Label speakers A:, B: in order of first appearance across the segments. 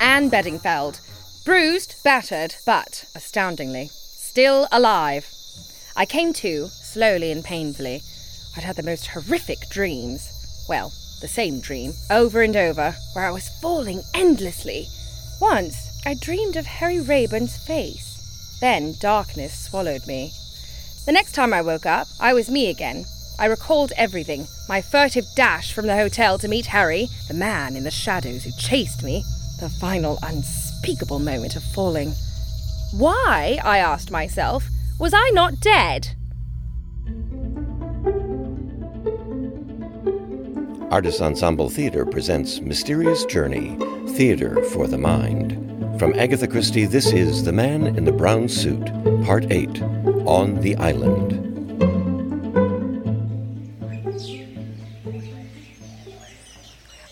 A: Anne Bedingfeld. Bruised, battered, but, astoundingly, still alive. I came to, slowly and painfully. I'd had the most horrific dreams. Well, the same dream, over and over, where I was falling endlessly. Once, I dreamed of Harry Rayburn's face. Then darkness swallowed me. The next time I woke up, I was me again. I recalled everything my furtive dash from the hotel to meet Harry, the man in the shadows who chased me, the final unspeakable moment of falling. Why, I asked myself, was I not dead?
B: Artist Ensemble Theatre presents Mysterious Journey Theatre for the Mind. From Agatha Christie, this is The Man in the Brown Suit, Part 8 On the Island.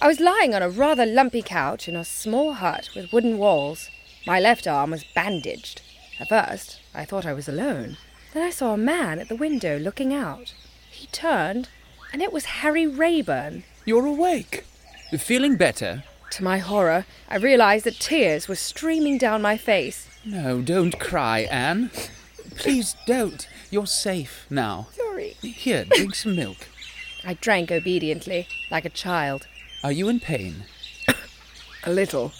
A: I was lying on a rather lumpy couch in a small hut with wooden walls. My left arm was bandaged. At first, I thought I was alone. Then I saw a man at the window looking out. He turned, and it was Harry Rayburn.
C: You're awake. Feeling better?
A: To my horror, I realized that tears were streaming down my face.
C: No, don't cry, Anne. Please don't. You're safe now.
A: Sorry.
C: Here, drink some milk.
A: I drank obediently, like a child.
C: Are you in pain?
A: A little.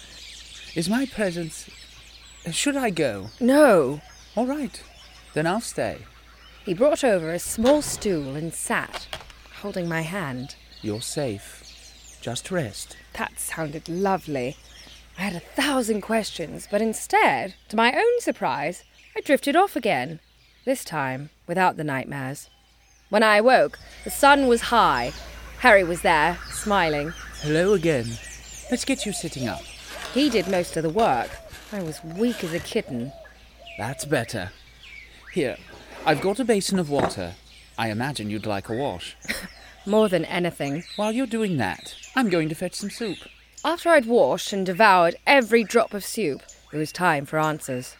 C: Is my presence. Should I go?
A: No.
C: All right. Then I'll stay.
A: He brought over a small stool and sat, holding my hand.
C: You're safe. Just rest.
A: That sounded lovely. I had a thousand questions, but instead, to my own surprise, I drifted off again, this time without the nightmares. When I awoke, the sun was high. Harry was there, smiling.
C: Hello again. Let's get you sitting up.
A: He did most of the work. I was weak as a kitten.
C: That's better. Here, I've got a basin of water. I imagine you'd like a wash.
A: More than anything,
C: While you're doing that, I'm going to fetch some soup.
A: After I'd washed and devoured every drop of soup, it was time for answers.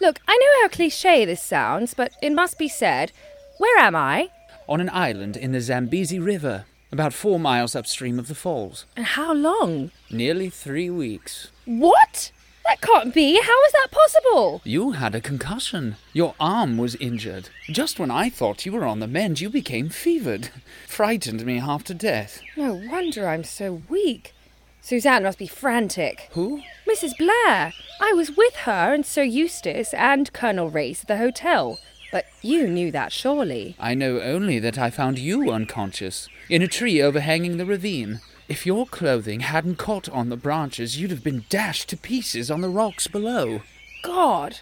A: Look, I know how cliche this sounds, but it must be said. Where am I?
C: On an island in the Zambezi River, about four miles upstream of the falls.
A: And how long?
C: Nearly three weeks.
A: What? That can't be. How is that possible?
C: You had a concussion. Your arm was injured. Just when I thought you were on the mend, you became fevered. Frightened me half to death.
A: No wonder I'm so weak. Suzanne must be frantic.
C: Who?
A: Mrs. Blair, I was with her and Sir Eustace and Colonel Race at the hotel. But you knew that surely.
C: I know only that I found you unconscious, in a tree overhanging the ravine. If your clothing hadn't caught on the branches, you'd have been dashed to pieces on the rocks below.
A: God!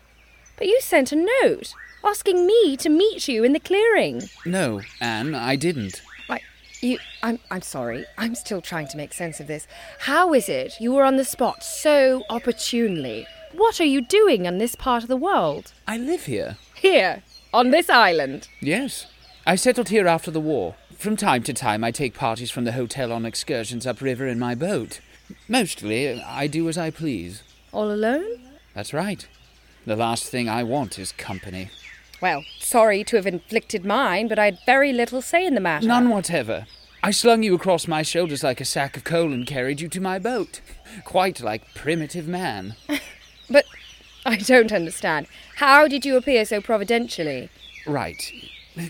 A: But you sent a note asking me to meet you in the clearing.
C: No, Anne, I didn't.
A: I, you, I'm, I'm sorry. I'm still trying to make sense of this. How is it you were on the spot so opportunely? What are you doing on this part of the world?
C: I live here.
A: Here, on this island.
C: Yes. I settled here after the war. From time to time, I take parties from the hotel on excursions upriver in my boat. Mostly, I do as I please.
A: All alone?
C: That's right. The last thing I want is company.
A: Well, sorry to have inflicted mine, but I had very little say in the matter.
C: None whatever. I slung you across my shoulders like a sack of coal and carried you to my boat. Quite like primitive man.
A: But I don't understand. How did you appear so providentially?
C: Right.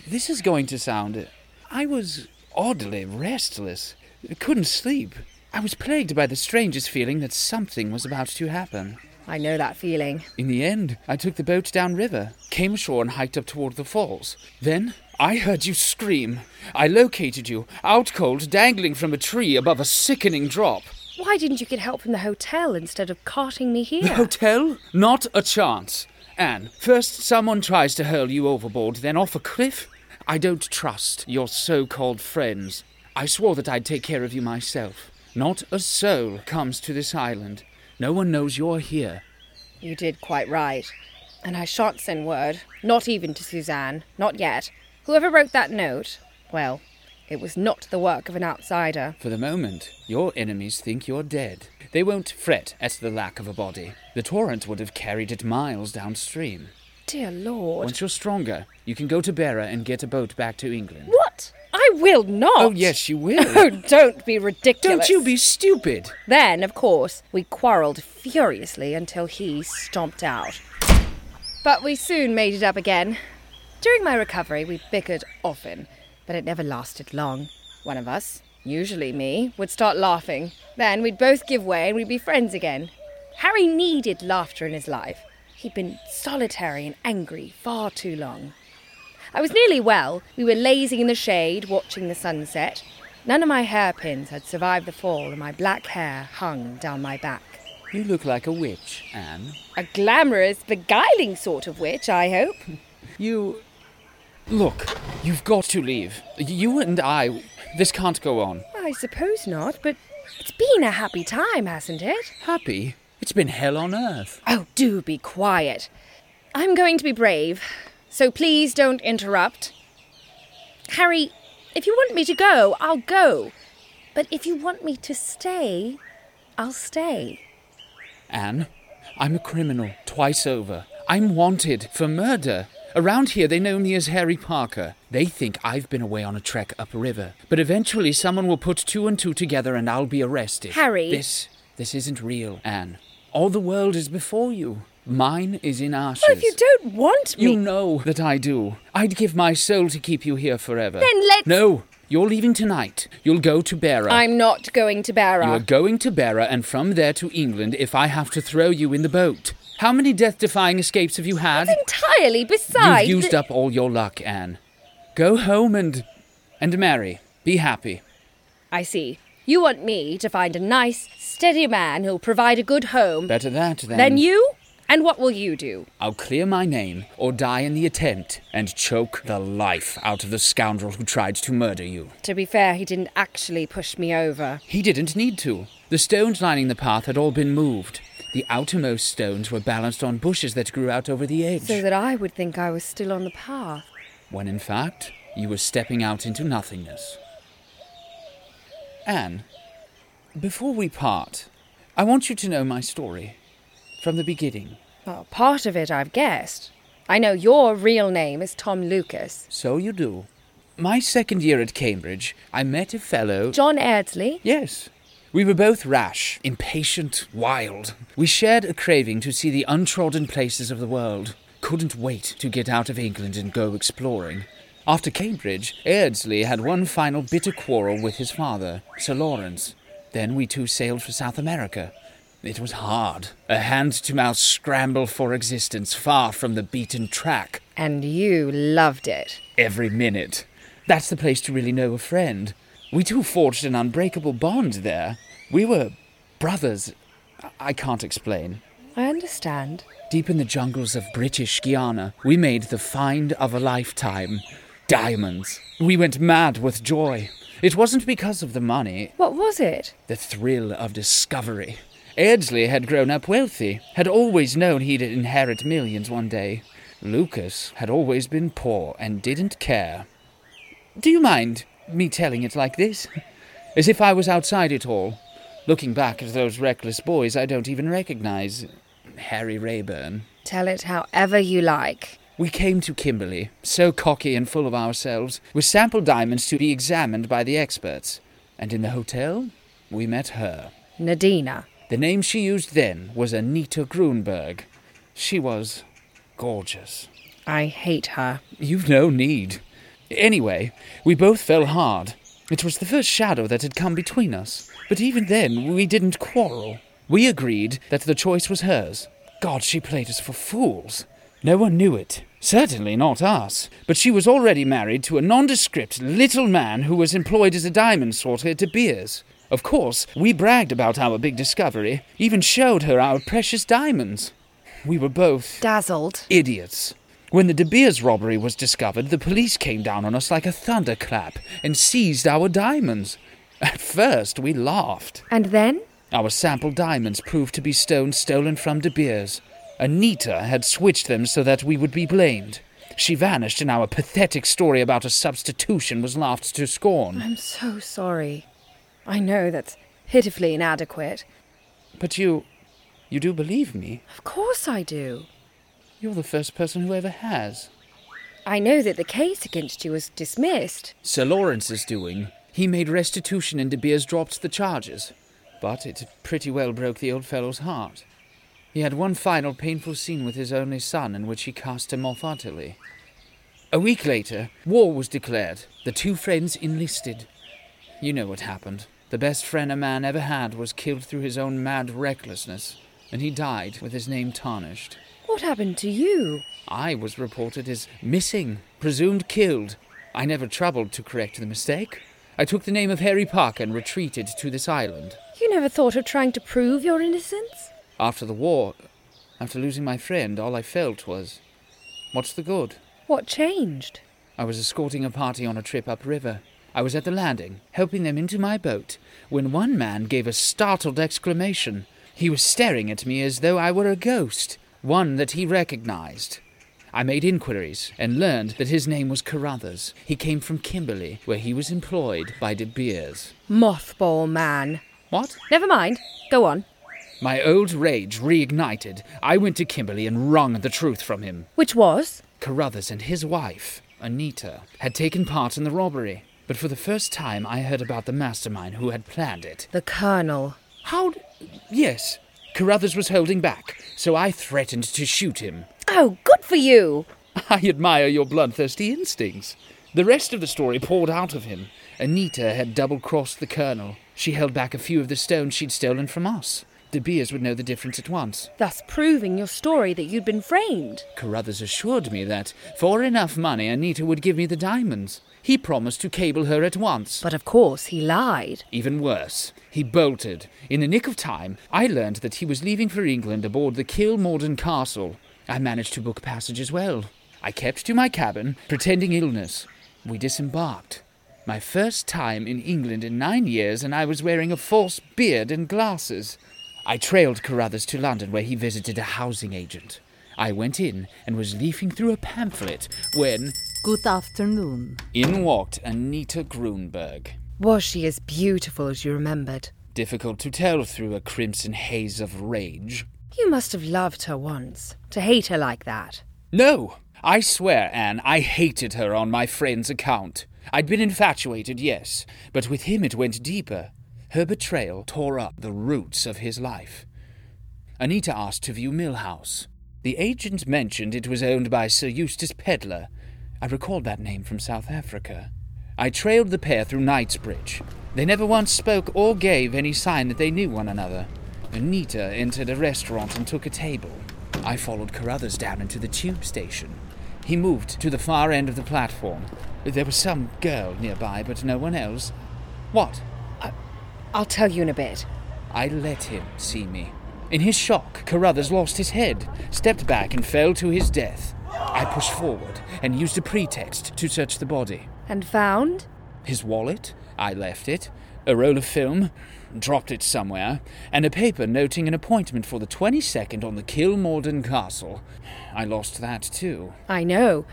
C: This is going to sound. I was oddly restless. Couldn't sleep. I was plagued by the strangest feeling that something was about to happen.
A: I know that feeling.
C: In the end, I took the boat downriver, came ashore and hiked up toward the falls. Then I heard you scream. I located you, out cold, dangling from a tree above a sickening drop.
A: Why didn't you get help from the hotel instead of carting me here?
C: The hotel? Not a chance. Anne, first someone tries to hurl you overboard, then off a cliff? I don't trust your so called friends. I swore that I'd take care of you myself. Not a soul comes to this island. No one knows you're here.
A: You did quite right. And I shan't send word, not even to Suzanne, not yet. Whoever wrote that note, well, it was not the work of an outsider.
C: For the moment, your enemies think you're dead. They won't fret at the lack of a body. The torrent would have carried it miles downstream.
A: Dear Lord.
C: Once you're stronger, you can go to Bera and get a boat back to England.
A: What? I will not.
C: Oh, yes, you will.
A: Oh, don't be ridiculous.
C: Don't you be stupid.
A: Then, of course, we quarrelled furiously until he stomped out. But we soon made it up again. During my recovery, we bickered often, but it never lasted long. One of us, usually me, would start laughing. Then we'd both give way and we'd be friends again. Harry needed laughter in his life. He'd been solitary and angry far too long. I was nearly well. We were lazing in the shade, watching the sunset. None of my hairpins had survived the fall, and my black hair hung down my back.
C: You look like a witch, Anne.
A: A glamorous, beguiling sort of witch, I hope.
C: You. Look, you've got to leave. You and I. This can't go on.
A: I suppose not, but it's been a happy time, hasn't it?
C: Happy? It's been hell on earth.
A: Oh, do be quiet. I'm going to be brave, so please don't interrupt. Harry, if you want me to go, I'll go. But if you want me to stay, I'll stay.
C: Anne, I'm a criminal twice over. I'm wanted for murder. Around here, they know me as Harry Parker. They think I've been away on a trek upriver. But eventually, someone will put two and two together and I'll be arrested.
A: Harry.
C: This. this isn't real, Anne. All the world is before you. Mine is in ashes.
A: Well, if you don't want me,
C: You know that I do. I'd give my soul to keep you here forever.
A: Then let's-
C: No, you're leaving tonight. You'll go to Bearer.
A: I'm not going to Barra.
C: You are going to Bearer and from there to England if I have to throw you in the boat. How many death defying escapes have you had?
A: entirely
C: You've
A: beside.
C: used up all your luck, Anne. Go home and. and marry. Be happy.
A: I see. You want me to find a nice, steady man who'll provide a good home.
C: Better that than.
A: Then you? And what will you do?
C: I'll clear my name or die in the attempt and choke the life out of the scoundrel who tried to murder you.
A: To be fair, he didn't actually push me over.
C: He didn't need to. The stones lining the path had all been moved. The outermost stones were balanced on bushes that grew out over the edge.
A: So that I would think I was still on the path.
C: when in fact you were stepping out into nothingness. Anne, before we part, I want you to know my story from the beginning.
A: Well, part of it I've guessed. I know your real name is Tom Lucas.
C: So you do. My second year at Cambridge, I met a fellow.
A: John Airdsley?
C: Yes. We were both rash, impatient, wild. We shared a craving to see the untrodden places of the world. Couldn't wait to get out of England and go exploring. After Cambridge, Airdsley had one final bitter quarrel with his father, Sir Lawrence. Then we two sailed for South America. It was hard, a hand to mouth scramble for existence far from the beaten track
A: And you loved it.
C: every minute. That's the place to really know a friend. We two forged an unbreakable bond there. We were brothers. I- I can't explain.
A: I understand.
C: Deep in the jungles of British Guiana, we made the find of a lifetime diamonds. We went mad with joy. It wasn't because of the money,
A: What was it?
C: the thrill of discovery. Airdsley had grown up wealthy, had always known he'd inherit millions one day. Lucas had always been poor and didn't care. Do you mind me telling it like this? As if I was outside it all. Looking back at those reckless boys I don't even recognize. Harry Rayburn.
A: Tell it however you like.
C: We came to Kimberley, so cocky and full of ourselves, with sample diamonds to be examined by the experts. And in the hotel, we met her.
A: Nadina.
C: The name she used then was Anita Grunberg. She was gorgeous.
A: I hate her.
C: You've no need. Anyway, we both fell hard. It was the first shadow that had come between us. But even then, we didn't quarrel. We agreed that the choice was hers. God, she played us for fools. No one knew it. Certainly not us. But she was already married to a nondescript little man who was employed as a diamond sorter at De Beers. Of course, we bragged about our big discovery, even showed her our precious diamonds. We were both
A: Dazzled.
C: idiots. When the De Beers robbery was discovered, the police came down on us like a thunderclap and seized our diamonds. At first, we laughed.
A: And then?
C: Our sample diamonds proved to be stones stolen from De Beers. Anita had switched them so that we would be blamed. She vanished, and our pathetic story about a substitution was laughed to scorn.
A: I'm so sorry. I know that's pitifully inadequate.
C: But you. you do believe me?
A: Of course I do.
C: You're the first person who ever has.
A: I know that the case against you was dismissed.
C: Sir Lawrence is doing. He made restitution and De Beers dropped the charges. But it pretty well broke the old fellow's heart. He had one final painful scene with his only son in which he cast him off utterly. A week later, war was declared. The two friends enlisted. You know what happened. The best friend a man ever had was killed through his own mad recklessness, and he died with his name tarnished.
A: What happened to you?
C: I was reported as missing, presumed killed. I never troubled to correct the mistake. I took the name of Harry Parker and retreated to this island.
A: You never thought of trying to prove your innocence?
C: After the war, after losing my friend, all I felt was, what's the good?
A: What changed?
C: I was escorting a party on a trip upriver. I was at the landing, helping them into my boat, when one man gave a startled exclamation. He was staring at me as though I were a ghost, one that he recognized. I made inquiries and learned that his name was Carruthers. He came from Kimberley, where he was employed by De Beers.
A: Mothball man.
C: What?
A: Never mind. Go on.
C: My old rage reignited. I went to Kimberley and wrung the truth from him.
A: Which was?
C: Carruthers and his wife, Anita, had taken part in the robbery. But for the first time, I heard about the mastermind who had planned it.
A: The Colonel.
C: How? d- Yes. Carruthers was holding back, so I threatened to shoot him.
A: Oh, good for you!
C: I admire your bloodthirsty instincts. The rest of the story poured out of him. Anita had double crossed the Colonel. She held back a few of the stones she'd stolen from us. De Beers would know the difference at once.
A: Thus proving your story that you'd been framed.
C: Carruthers assured me that, for enough money, Anita would give me the diamonds. He promised to cable her at once.
A: But of course, he lied.
C: Even worse, he bolted. In the nick of time, I learned that he was leaving for England aboard the Kilmorden Castle. I managed to book passage as well. I kept to my cabin, pretending illness. We disembarked. My first time in England in nine years, and I was wearing a false beard and glasses. I trailed Carruthers to London, where he visited a housing agent. I went in and was leafing through a pamphlet when
D: Good afternoon.
C: in walked Anita Grunberg.
A: Was she as beautiful as you remembered?
C: Difficult to tell through a crimson haze of rage.
A: You must have loved her once, to hate her like that.
C: No! I swear, Anne, I hated her on my friend's account. I'd been infatuated, yes, but with him it went deeper. Her betrayal tore up the roots of his life. Anita asked to view Millhouse. The agent mentioned it was owned by Sir Eustace Pedler. I recalled that name from South Africa. I trailed the pair through Knightsbridge. They never once spoke or gave any sign that they knew one another. Anita entered a restaurant and took a table. I followed Carruthers down into the tube station. He moved to the far end of the platform. There was some girl nearby, but no one else. What?
A: I'll tell you in a bit.
C: I let him see me. In his shock, Carruthers lost his head, stepped back, and fell to his death. I pushed forward and used a pretext to search the body.
A: And found?
C: His wallet? I left it. A roll of film? Dropped it somewhere. And a paper noting an appointment for the 22nd on the Kilmorden Castle. I lost that too.
A: I know.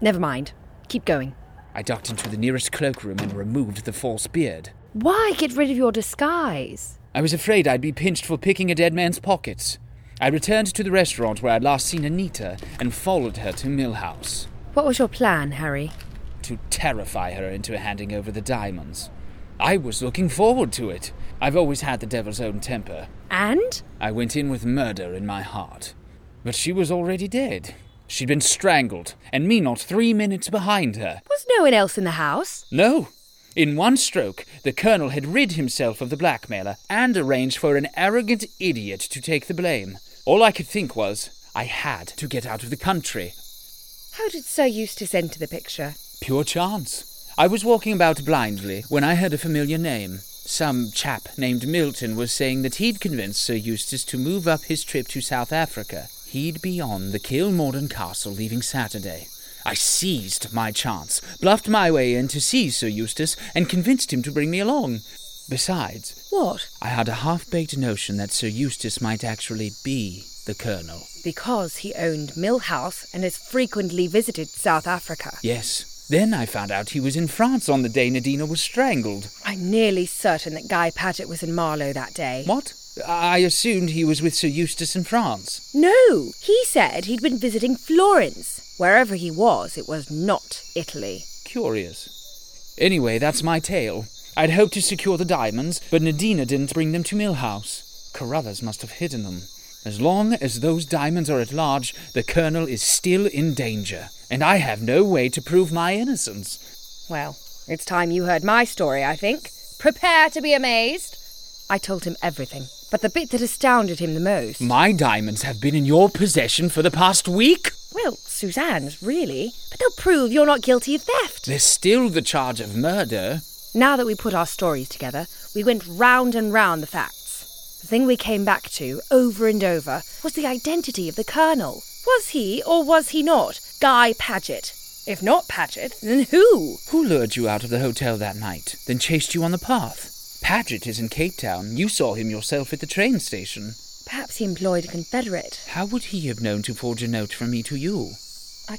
A: Never mind. Keep going.
C: I ducked into the nearest cloakroom and removed the false beard.
A: Why get rid of your disguise?
C: I was afraid I'd be pinched for picking a dead man's pockets. I returned to the restaurant where I'd last seen Anita and followed her to Millhouse
A: What was your plan, Harry?
C: to terrify her into handing over the diamonds. I was looking forward to it. I've always had the devil's own temper.
A: And?
C: I went in with murder in my heart. But she was already dead. She'd been strangled, and me not three minutes behind her.
A: Was no one else in the house?
C: No! In one stroke, the Colonel had rid himself of the blackmailer and arranged for an arrogant idiot to take the blame. All I could think was, I had to get out of the country.
A: How did Sir Eustace enter the picture?
C: Pure chance. I was walking about blindly when I heard a familiar name. Some chap named Milton was saying that he'd convinced Sir Eustace to move up his trip to South Africa. He'd be on the Kilmorden Castle leaving Saturday. I seized my chance, bluffed my way in to see Sir Eustace, and convinced him to bring me along. Besides,
A: What?
C: I had a half baked notion that Sir Eustace might actually be the Colonel.
A: Because he owned Millhouse and has frequently visited South Africa.
C: Yes. Then I found out he was in France on the day Nadina was strangled.
A: I'm nearly certain that Guy Paget was in Marlow that day.
C: What? I assumed he was with Sir Eustace in France.
A: No, he said he'd been visiting Florence. Wherever he was, it was not Italy.
C: Curious. Anyway, that's my tale. I'd hoped to secure the diamonds, but Nadina didn't bring them to Millhouse. Carruthers must have hidden them. As long as those diamonds are at large, the Colonel is still in danger, and I have no way to prove my innocence.
A: Well, it's time you heard my story, I think. Prepare to be amazed. I told him everything, but the bit that astounded him the most.
C: My diamonds have been in your possession for the past week.
A: well, Suzanne's, really. But they'll prove you're not guilty of theft.
C: There's still the charge of murder.
A: Now that we put our stories together, we went round and round the facts. The thing we came back to, over and over, was the identity of the Colonel. Was he, or was he not, Guy Paget? If not Paget, then who?
C: Who lured you out of the hotel that night, then chased you on the path? Paget is in Cape Town. You saw him yourself at the train station.
A: Perhaps he employed a Confederate.
C: How would he have known to forge a note from me to you?
A: I,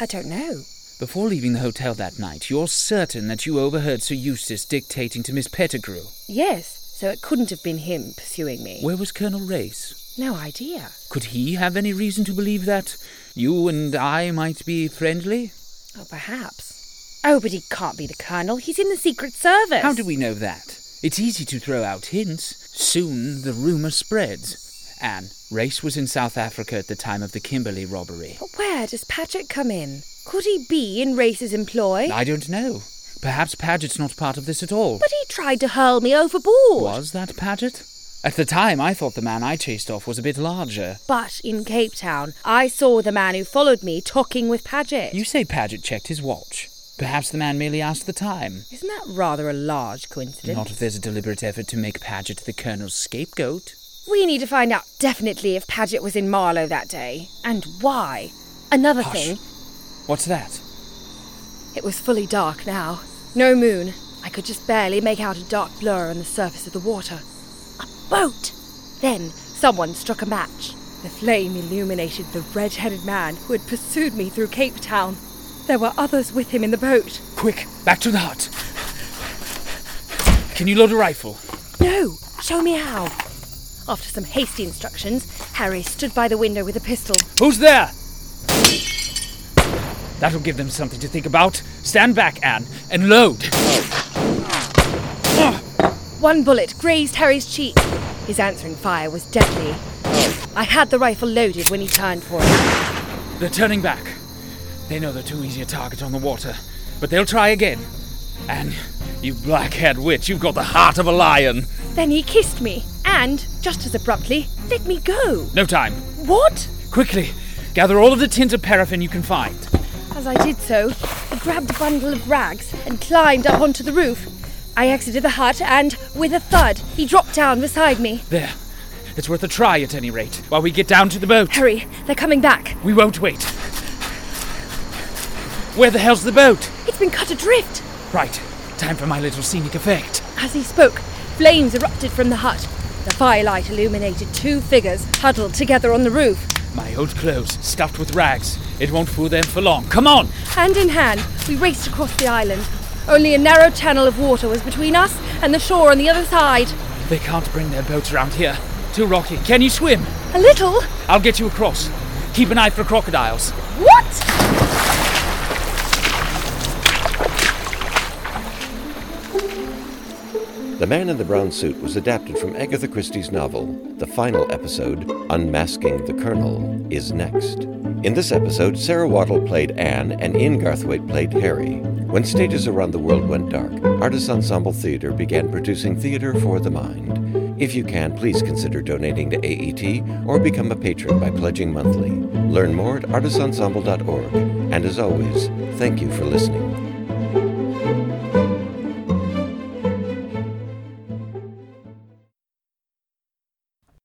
A: I don't know.
C: Before leaving the hotel that night, you're certain that you overheard Sir Eustace dictating to Miss Pettigrew.
A: Yes, so it couldn't have been him pursuing me.
C: Where was Colonel Race?
A: No idea.
C: Could he have any reason to believe that you and I might be friendly?
A: Oh, perhaps. Oh, but he can't be the Colonel. He's in the Secret Service.
C: How do we know that? It's easy to throw out hints. Soon the rumor spreads. Anne, Race was in South Africa at the time of the Kimberley robbery.
A: But where does Patrick come in? Could he be in Race's employ?
C: I don't know. Perhaps Paget's not part of this at all.
A: But he tried to hurl me overboard.
C: Was that Paget? At the time, I thought the man I chased off was a bit larger.
A: But in Cape Town, I saw the man who followed me talking with Paget.
C: You say Paget checked his watch. Perhaps the man merely asked the time.
A: Isn't that rather a large coincidence?
C: Not if there's a deliberate effort to make Paget the Colonel's scapegoat.
A: We need to find out definitely if Paget was in Marlow that day and why. Another
C: Hush.
A: thing,
C: What's that?
A: It was fully dark now. No moon. I could just barely make out a dark blur on the surface of the water. A boat! Then someone struck a match. The flame illuminated the red headed man who had pursued me through Cape Town. There were others with him in the boat.
C: Quick, back to the hut. Can you load a rifle?
A: No! Show me how! After some hasty instructions, Harry stood by the window with a pistol.
C: Who's there? That'll give them something to think about. Stand back, Anne, and load.
A: One bullet grazed Harry's cheek. His answering fire was deadly. I had the rifle loaded when he turned for it.
C: They're turning back. They know they're too easy a target on the water, but they'll try again. Anne, you black haired witch, you've got the heart of a lion.
A: Then he kissed me and, just as abruptly, let me go.
C: No time.
A: What?
C: Quickly, gather all of the tins of paraffin you can find.
A: As I did so, I grabbed a bundle of rags and climbed up onto the roof. I exited the hut and, with a thud, he dropped down beside me.
C: There. It's worth a try at any rate, while we get down to the boat.
A: Harry, they're coming back.
C: We won't wait. Where the hell's the boat?
A: It's been cut adrift.
C: Right, time for my little scenic effect.
A: As he spoke, flames erupted from the hut. The firelight illuminated two figures huddled together on the roof.
C: My old clothes, stuffed with rags. It won't fool them for long. Come on!
A: Hand in hand, we raced across the island. Only a narrow channel of water was between us and the shore on the other side.
C: They can't bring their boats around here. Too rocky. Can you swim?
A: A little?
C: I'll get you across. Keep an eye for crocodiles.
A: What?
B: The Man in the Brown Suit was adapted from Agatha Christie's novel. The final episode, Unmasking the Colonel, is next. In this episode, Sarah Wattle played Anne and Ian Garthwaite played Harry. When stages around the world went dark, Artist Ensemble Theatre began producing theatre for the mind. If you can, please consider donating to AET or become a patron by pledging monthly. Learn more at artistensemble.org. And as always, thank you for listening.